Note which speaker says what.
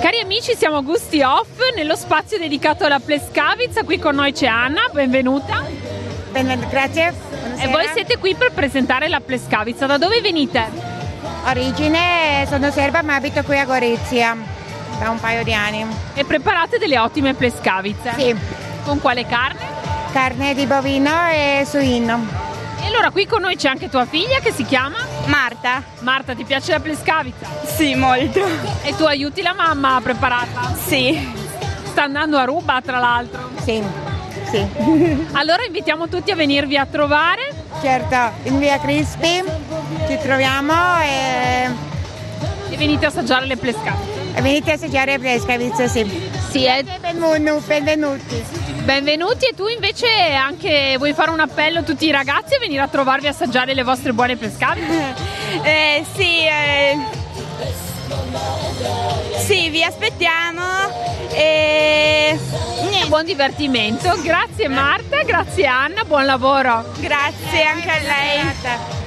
Speaker 1: Cari amici, siamo Gusti Off nello spazio dedicato alla Plescavizza. Qui con noi c'è Anna, benvenuta.
Speaker 2: Bene, grazie.
Speaker 1: E
Speaker 2: Buonasera.
Speaker 1: voi siete qui per presentare la Plescavizza. Da dove venite?
Speaker 2: Origine, sono serba ma abito qui a Gorizia da un paio di anni.
Speaker 1: E preparate delle ottime Plescavizze.
Speaker 2: Sì,
Speaker 1: Con quale carne?
Speaker 2: carne di bovino e suino.
Speaker 1: E allora qui con noi c'è anche tua figlia che si chiama?
Speaker 3: Marta?
Speaker 1: Marta, ti piace la Plescavizza?
Speaker 3: Sì, molto.
Speaker 1: E tu aiuti la mamma a prepararla?
Speaker 3: Sì.
Speaker 1: Sta andando a Ruba, tra l'altro.
Speaker 2: Sì, sì.
Speaker 1: Allora invitiamo tutti a venirvi a trovare.
Speaker 2: Certo, in via Crispi ci troviamo e,
Speaker 1: e venite a assaggiare le plescate.
Speaker 2: e venite a assaggiare a Pescavizza, sì.
Speaker 1: Sì, eh,
Speaker 2: Benvenuti, benvenuti.
Speaker 1: benvenuti e tu invece anche vuoi fare un appello a tutti i ragazzi e venire a trovarvi a assaggiare le vostre buone pescate?
Speaker 3: Eh, sì, eh. Sì, vi aspettiamo. E... niente,
Speaker 1: Buon divertimento, grazie Marta, grazie Anna, buon lavoro.
Speaker 3: Grazie anche a lei.
Speaker 2: Grazie.